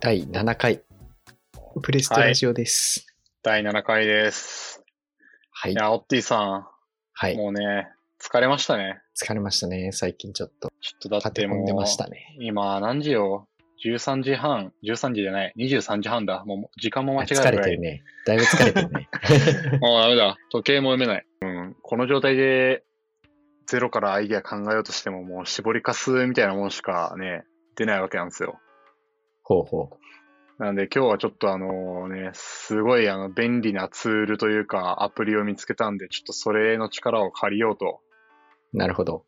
第7回、プレストラジオです。第7回です。はいい。や、オッティさはいん、。もうね、疲れましたね。疲れましたね。最近ちょっとちょっとだっ立てて込もんう、でましたね。今何時よ ?13 時半、13時じゃない、23時半だ。もう時間も間違え疲れるぐらてるい。ね。だいぶ疲れてる ね。もうダメだ。時計も読めない。うん。この状態で、ゼロからアイディア考えようとしても、もう絞りかすみたいなものしかね、出ないわけなんですよ。ほうほなんで今日はちょっとあのね、すごいあの便利なツールというかアプリを見つけたんで、ちょっとそれの力を借りようと。う。なるほど。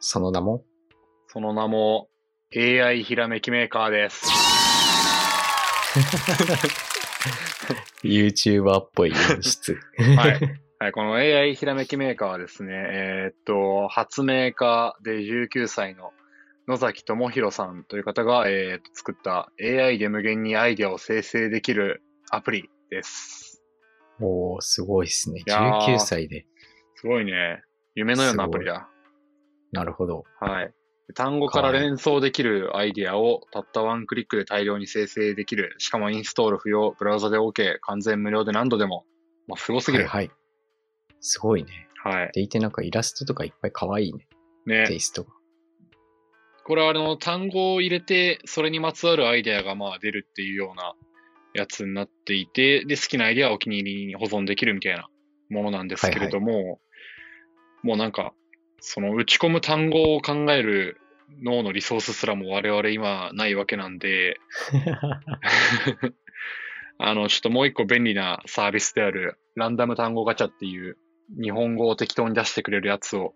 その名もその名も AI ひらめきメーカーです。 YouTuber っぽい演出。 はい。はい、この AI ひらめきメーカーはですね、えーっと、発明家で19歳の野崎智弘さんという方が、えーっと作った AI で無限にアイデアを生成できるアプリです。おー、すごいですね。いやー19歳で。すごいね。夢のようなアプリだ。なるほど。はい。単語から連想できるアイディアをたったワンクリックで大量に生成できる。しかもインストール不要、ブラウザで OK、完全無料で何度でも。まあ、すごすぎはいる。はい。すごいね。はい。でいてなんかイラストとかいっぱい可愛いね。テね。イス トが。これはあの、単語を入れて、それにまつわるアイディアがまあ出るっていうようなやつになっていて、で、好きなアイディアをお気に入りに保存できるみたいなものなんですけれども、もうなんか、その打ち込む単語を考える脳のリソースすらも我々今ないわけなんで、 あの、ちょっともう一個便利なサービスである、ランダム単語ガチャっていう、日本語を適当に出してくれるやつを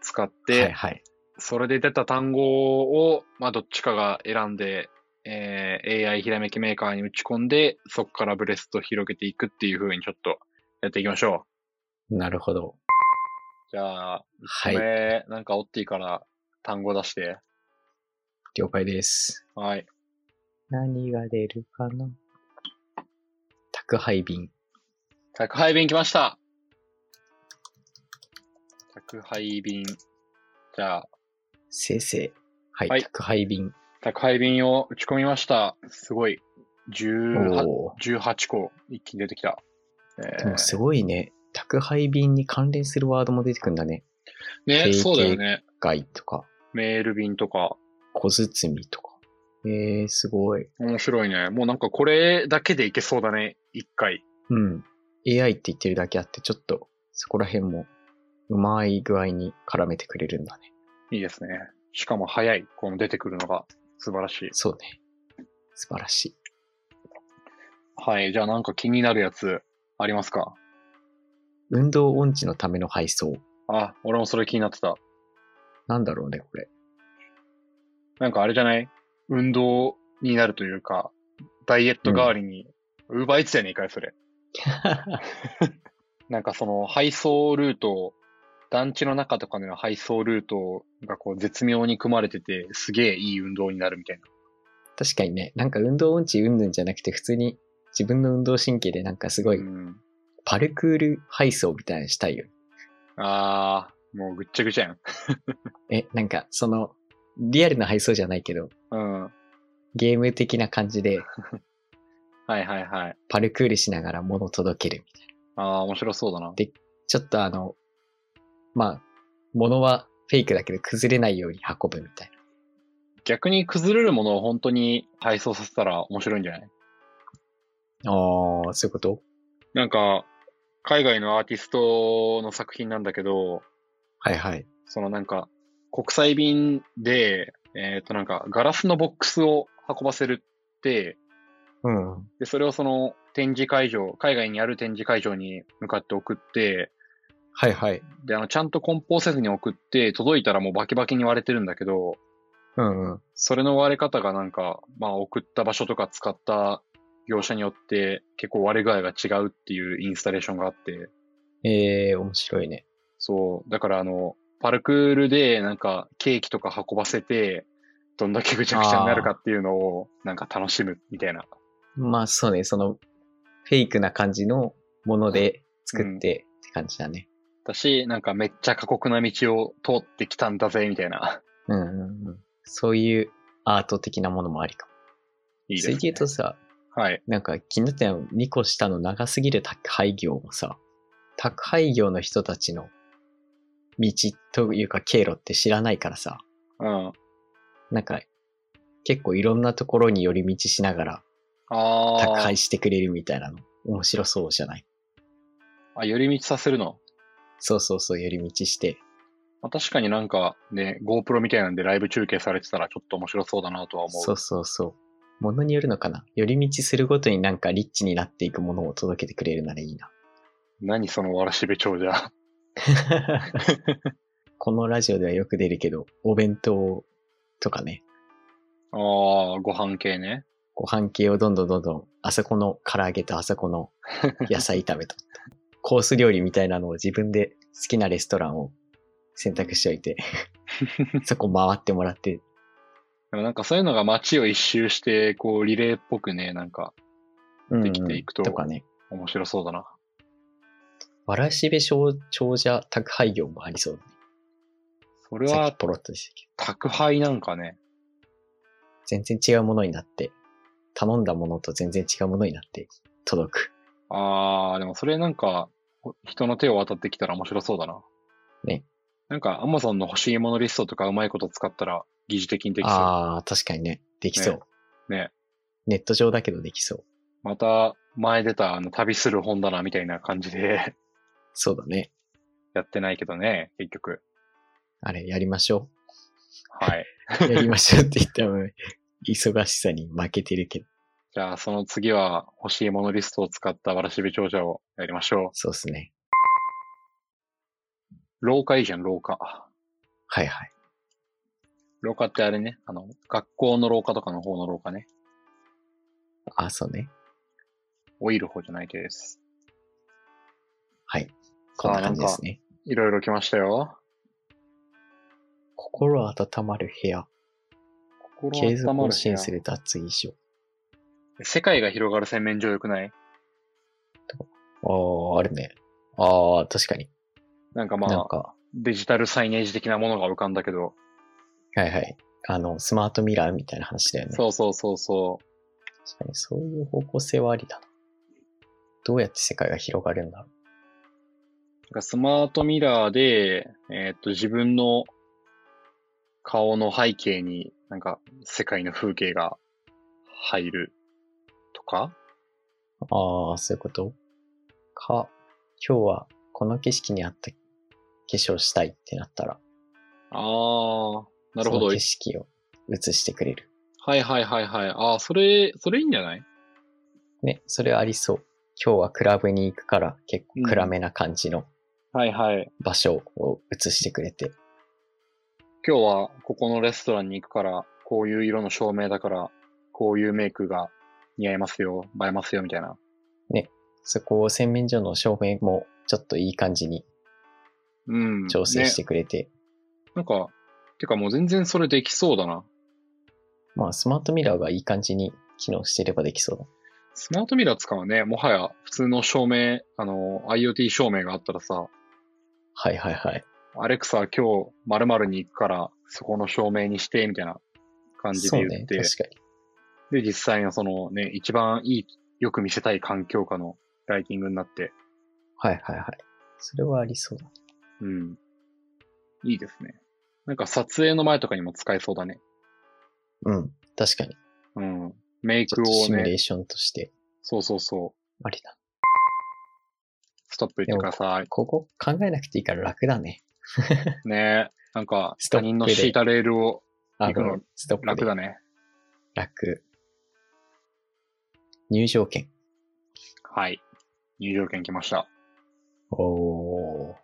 使って、はいはい。それで出た単語を、まあ、どっちかが選んで、えー AI ひらめきメーカーに打ち込んで、そこからブレストを広げていくっていう風にちょっとやっていきましょなるほど。う。じゃあ、はいこ。れ、なんかオッティから単語出して。了解です。はい。何が出るかな宅配便。宅配便来ました。宅配便。じゃあ、生成。はい、はい宅配便。宅配便を打ち込みました。すごい。18, おお18個一気に出てきた。えー。ーでもすごいね。宅配便に関連するワードも出てくんだね。ね、定型そうだよね。外とか、メール便とか。小包とか。えー、すごい。面白いね。もうなんかこれだけでいけそうだね。一回。うん。AI って言ってるだけあって、ちょっとそこら辺もうまい具合に絡めてくれるんだね。いいですね。しかも早い。この出てくるのが素晴らしい。そうね。素晴らしい。はい。じゃあなんか気になるやつありますか運動音痴のための配送。あ、俺もそれ気になってた。なんだろうね、これ。なんかあれじゃない運動になるというか、ダイエット代わりに、ウーバーイーツやねんかい、それ。なんかその配送ルートを、団地の中とかの配送ルートがこう絶妙に組まれてて、すげえいい運動になるみたいな。確かにね、なんか運動音痴うんぬんじゃなくて、普通に自分の運動神経でなんかすごいうん、パルクール配送みたいなのしたいよね。あー、もうぐっちゃぐちゃやん。え、なんかその、リアルな配送じゃないけど、うん。はいゲーム的な感じではいはい。パルクールしながら物届けるみたいな。あー、面白そうだな。ちょっとあの、まあ、物はフェイクだけど崩れないように運ぶみたいな。逆に崩れるものを本当に配送させたら面白いんじゃないああ、そういうことなんか、海外のアーティストの作品なんだけど、はいはい。そのなんか、国際便で、えっ、となんか、ガラスのボックスを運ばせるって、うん。で、それをその展示会場、海外にある展示会場に向かって送って、はいはい。で、あの、ちゃんと梱包せずに送って、届いたらもうバキバキに割れてるんだけど、うんうん。それの割れ方がなんか、まあ送った場所とか使った業者によって結構割れ具合が違うっていうインスタレーションがあって、ええー、面白いね。そう、だからあの、パルクールでなんかケーキとか運ばせて、どんだけぐちゃぐちゃになるかっていうのをなんか楽しむみたいな。まあそうね、その、フェイクな感じのもので作ってって感じだね。だし、なんかめっちゃ過酷な道を通ってきたんだぜ、みたいな。うんうんうん。そういうアート的なものもありかも。いいです、それねで。言うとさ、はい。なんか気になったのは2個下の長すぎる宅配業もさ、宅配業の人たちの道というか経路って知らないからさ、うん。なんか結構いろんなところに寄り道しながらあ宅あ配。してくれるみたいなの面白そうじゃないあ、寄り道させるの。そうそうそう寄り道してまあ、確かになんかね、GoPro みたいなんでライブ中継されてたらちょっと面白そうだなとは思う。そうそうそうものによるのかな寄り道するごとになんかリッチになっていくものを届けてくれるならいいな 何そのわらしべ長者。 このラジオではよく出るけどお弁当とかねああ、ご飯系ね。ご飯系をどんどんどんどん、あそこの唐揚げとあそこの野菜炒めと、コース料理みたいなのを自分で好きなレストランを選択しておいて、そこ回ってもらって、でもなんかそういうのが街を一周して、こうリレーっぽくね、なんかうんうんできていくととかね、面白そうだな。わらしべ長長者宅配業もありそうだね。それさっはきポロッとでしたけど、宅配なんかね。全然違うものになって、頼んだものと全然違うものになって届く。ああ、でもそれなんか、ほ人の手を渡ってきたら面白そうだな。ね。なんか Amazon の欲しいものリストとかうまいこと使ったら疑似的にできそう。ああ、確かにね、できそう。ね。ネット上だけどできそう。また前出たあの旅する本棚みたいな感じで そうだね。やってないけどね、結局。あれ、やりましょう。はい。やりましょう って言ったら、忙しさに負けてるけど。じゃあその次は欲しいものリストを使ったわらしべ長者をやりましょそうですね。う。廊下いいじゃん、廊下。はいはい。廊下ってあれね、あの、学校の廊下とかの方の廊下ね。あ、そうね。老いる方じゃないです。はい。こんな感じですね。いろいろ来ましたよ。心温まる部屋。心継続温ま更る部新屋する脱衣所。世界が広がる洗面所良くないああ、あるね。ああ、確かに。なんかまなんあ、か、デジタルサイネージ的なものが浮かんだけど、はいはい。あの、スマートミラーみたいな話だよね。そうそうそうそ確かに、そういう方向性はありだな。どうやって世界が広がるんだろう。う。なんかスマートミラーで、えーっと、自分の顔の背景に、なんか、世界の風景が入るとかああ、そういうことか、今日はこの景色にあった化粧したいってなったら、あー、なるほそどの景。色を映してくれる。はいはいはいはい。あー、それ、それいいんじゃないね、それありそう。今日はクラブに行くから結構暗めな感じのはいはい。場所を映してくれて、今日はここのレストランに行くから、こういう色の照明だから、こういうメイクが似合いますよ、映えますよ、みたいな。そこを洗面所の照明もちょっといい感じにうん。調整ねしてくれて、なんか、てかもう全然それできそうだな。まあスマートミラーがいい感じに機能していればできそうだ。スマートミラー使うね、もはや普通の照明、あの、IoT 照明があったらさ、はいはいはい。アレクサ今日〇〇に行くから、そこの照明にして、みたいな感じそうで言ね、って、確かに。で、実際のそのね、一番いい、よく見せたい環境下のライティングになって、はいはいはい。それはありそうだ。うん。いいですね。なんか撮影の前とかにも使えそうだね。うん、確かに。うん。メイちょクっとをシミュレね、ーションとしてそうそうそう、ありだ。ストップ言ってください。ここ考えなくていいから楽だね。ねなんか、ストップ他人ので敷いたレールをあ行くのの、ストップで楽だね。楽。入場券。はい。入場券来ました。おー。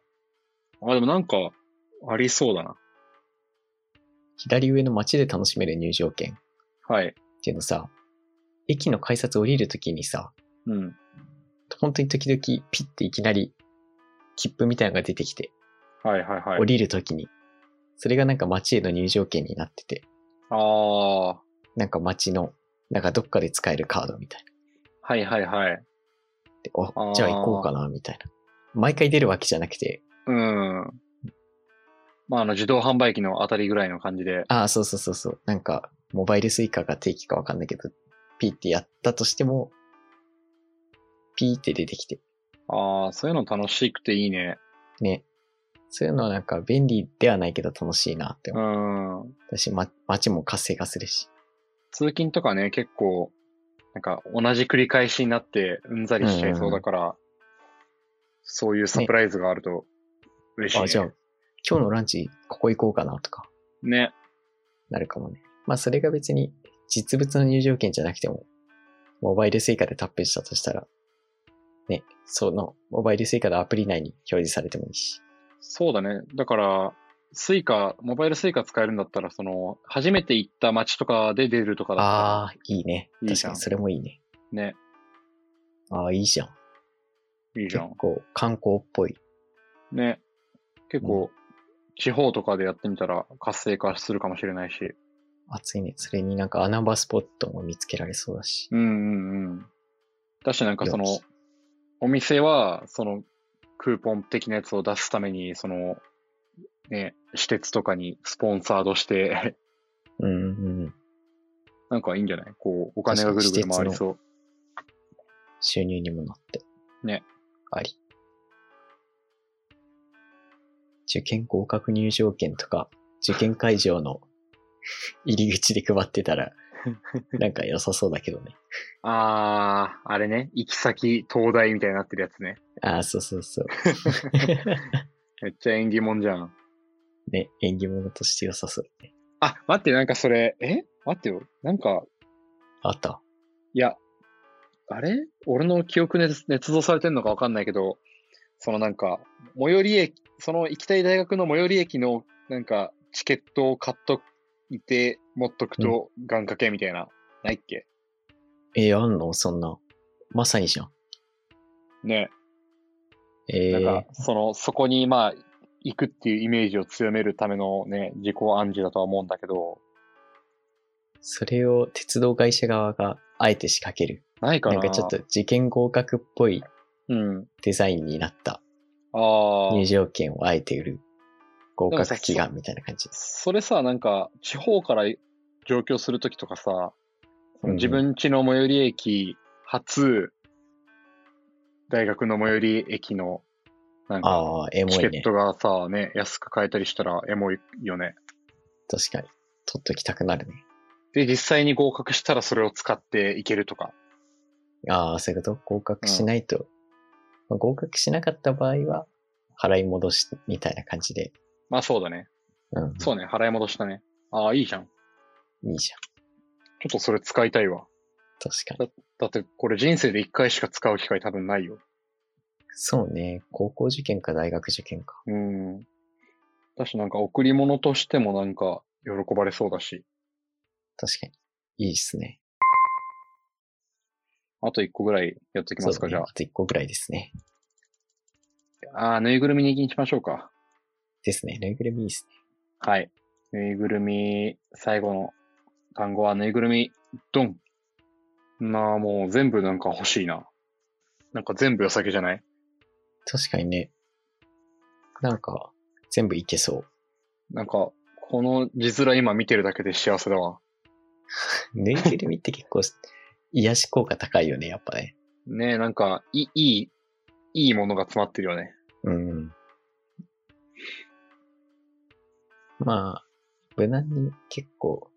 あ、でもなんか、ありそうだな。左上の街で楽しめる入場券っはい。ていうのさ、駅の改札降りるときにさ、うん。本当に時々ピッていきなり切符みたいなのが出てきて、はいはいはい降。りるときに、それがなんか街への入場券になってて、ああ、はなんか街の、なんかどっかで使えるカードみたいな。いはいはい。で、お、ーじゃあ行こうかな、みたいな。毎回出るわけじゃなくて、うん。まあ、あの、自動販売機のあたりぐらいの感じで。ああ、そうそうそうそう、なんか、モバイルスイカが定期かわかんないけど、ピーってやったとしても、ピーって出てきて、ああ、そういうの楽しくていいね。ね。そういうのはなんか便利ではないけど楽しいなってう思う。ん。私、ま、街も活性化するし。通勤とかね、結構、なんか同じ繰り返しになってうんざりしちゃいそうだから、そういうサプライズがあると嬉しい、ね。あ、じゃあ、今日のランチ、ここ行こうかなとか、ね。なるかもね。まあ、それが別に、実物の入場券じゃなくても、モバイルスイカでタップしたとしたら、ね、その、モバイルスイカのアプリ内に表示されてもいいし。そうだね。だから、スイカ、モバイルスイカ使えるんだったら、その、初めて行った街とかで出るとかだったらああ、いいね。いい確じゃかんに、それもいいね。ね、ああ、いいじゃん。いいじ結ゃん。構、観光っぽい。ね。結構、地方とかでやってみたら活性化するかもしれないし。暑いね。それになんか穴場スポットも見つけられそうだし。うんうんうん。だしなんかそのよし、お店は、その、クーポン的なやつを出すために、その、ね、施設とかにスポンサードして、 うんうんうん。なんかいいんじゃないこう、お金がぐるぐる回りそう。収入にもなって。ね。あり。受験合格入場券とか、受験会場の 入り口で配ってたら、なんか良さそうだけどね。あー、あれね、行き先、東大みたいになってるやつね。ああ、そうそうそう。めっちゃ縁起物じゃん。ね、縁起物として良さそう。あ、待って、なんかそれ、え待ってよ。なんか、あった。いや、あれ俺の記憶ね捏造されてんのかわかんないけど、そのなんか、最寄り駅、その行きたい大学の最寄り駅のなんか、チケットを買っといて、持っとくと願掛けみたいな、ないっけえーあんのそんな。まさにじゃん。ねえなんー、か、その、そこにまあ、行くっていうイメージを強めるためのね、自己暗示だとは思うんだけど、それを鉄道会社側があえて仕掛ける。ないかななんかちょっと、受験合格っぽいうん。デザインになったああ。入場券をあえて売る合でもさ格祈願みたいな感じ。それさ、なんか、地方から上京するときとかさ、そうのん自分家の最寄り駅、初、大学の最寄り駅の、なんか、ああ、エモチケいッね。トがさ、ね、安く買えたりしたらエモいよね。確かに。取っときたくなるね。で、実際に合格したらそれを使っていけるとか。ああ、そういうこと合格しないと、まあ合格しなかった場合は、払い戻しみたいな感じで。まあそうだね。うん。そうね、払い戻したね。ああ、いいじゃん。ちいいじゃん。ょっとそれ使いたいわ。確かに。だって、これ人生で一回しか使う機会多分ないよ。そうね。高校受験か大学受験か。うん。だし、なんか贈り物としてもなんか喜ばれそうだし。確かに。いいっすね。あと一個ぐらいやっていきますか、そうじだゃね。あと1個ぐらいですね。あ。あーぬいぐるみににしましょうか。ですね。ぬいぐるみいいっすね。はい。ぬいぐるみ、最後の単語はぬいぐるみ、ドン。なあ、もう全部なんか欲しいな。なんか全部良さげじゃない確かにね。なんか、全部いけそう。なんか、この字面今見てるだけで幸せだわ。ぬいぐるみって結構癒し効果高いよね、やっぱね。ねえ、なんか、いい、いい、いいものが詰まってるよね。うん。まあ、無難に結構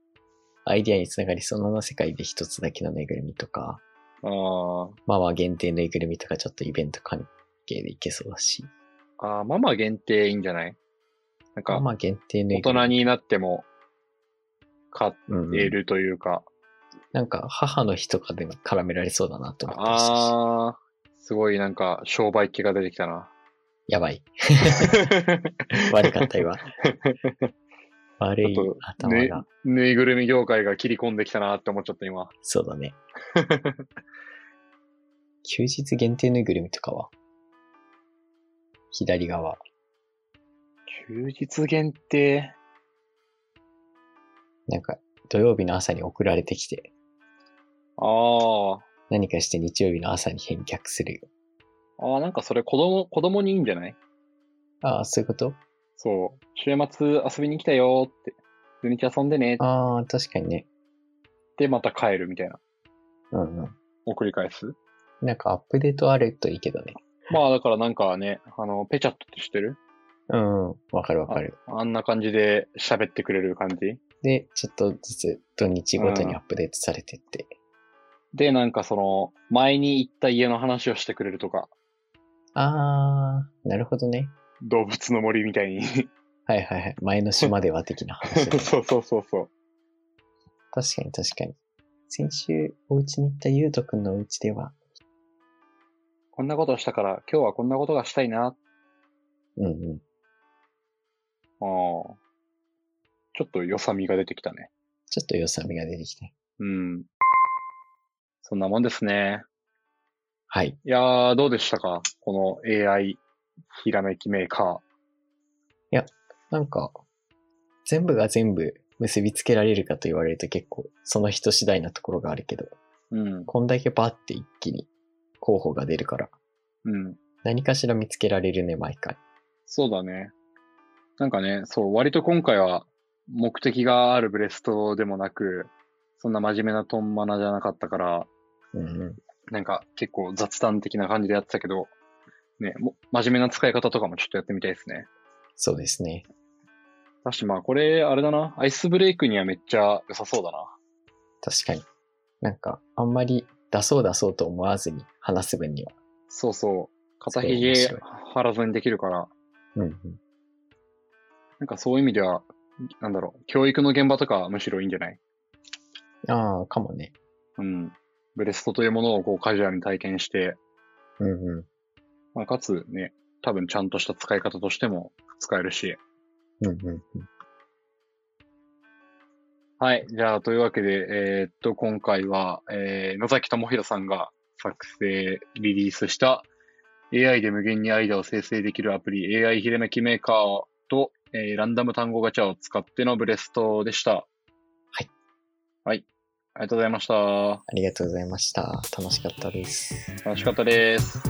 アイディアにつながりそのまま世界で一つだけのぬいぐるみとか、あママ限定ぬいぐるみとかちょっとイベント関係でいけそうだし、あ、ああ、ママ限定いいんじゃないなんマか、マ限定ぬ大いぐるみ。人になっても買ってうんうんいるというか、なんか母の日とかでも絡められそうだなと思ってましたし、ああ、すごいなんか商売気が出てきたな。やばい。悪かった今。悪いちょっと頭が。 ぬいぐるみ業界が切り込んできたなって思っちゃった今。そうだね。休日限定ぬいぐるみとかは左側。休日限定。なんか、土曜日の朝に送られてきて、あ何かして日曜日の朝に返却するよ。あ、ああ、なんかそれ子供、子供にいいんじゃないああ、そういうことそう。週末遊びに来たよーって。土日遊んでねっああ、確かにね。てまた帰るみたいな。うんうん。を繰り返す。なんかアップデートあるといいけどね。まあだからなんかね、あの、ペチャットって知ってるうん、うん。わかるわかる。あんな感じで喋ってくれる感じ。で、ちょっとずつ土日ごとにアップデートされてって。で、なんかその、前に行った家の話をしてくれるとか、あー、なるほどね。動物の森みたいに。はいはいはい。前の島では的な話だね そうそうそうそう。確かに確かに。先週、お家に行ったゆうとくんのお家では、こんなことをしたから、今日はこんなことがしたいな。ああ。うんうん。ちょっと良さみが出てきたね。ちょっと良さみが出てきた。うん。そんなもんですね。はい。いやー、どうでしたかこの AI ひらめきメーカなんか、全部が全部結びつけられるかと言われると結構、その人次第なところがあるけど、ー。うん。こんだけバーって一気に候補が出るから、うん。何かしら見つけられるね、毎回。そうだね。なんかね、そう、割と今回は目的があるブレストでもなく、そんな真面目なトンマナじゃなかったから、うんうん。なんか結構雑談的な感じでやってたけど、ね、も真面目な使い方とかもちょっとやってみたいですね。そうですね。だしまあこれ、あれだな、アイスブレイクにはめっちゃ良さそうだな。確かに。なんか、あんまり出そう出そうと思わずに話す分には。そうそう。肩そうひ面げ白い張らずにできるから、うんうん。なんかそういう意味では、なんだろう、教育の現場とかむしろいいんじゃないああ、かもね。うん。ブレストというものをこうカジュアルに体験して、うんうん。まあ、かつね、多分ちゃんとした使い方としても使えるし。うんうんうん。はい。じゃあ、というわけで、えーっと、今回は、えー野崎智弘さんが作成、リリースした AI で無限に間を生成できるアプリ AI ひらめきメーカーと、えーランダム単語ガチャを使ってのブレストでした。はい。はい。ありがとうございました。ありがとうございました。楽しかったです。楽しかったです。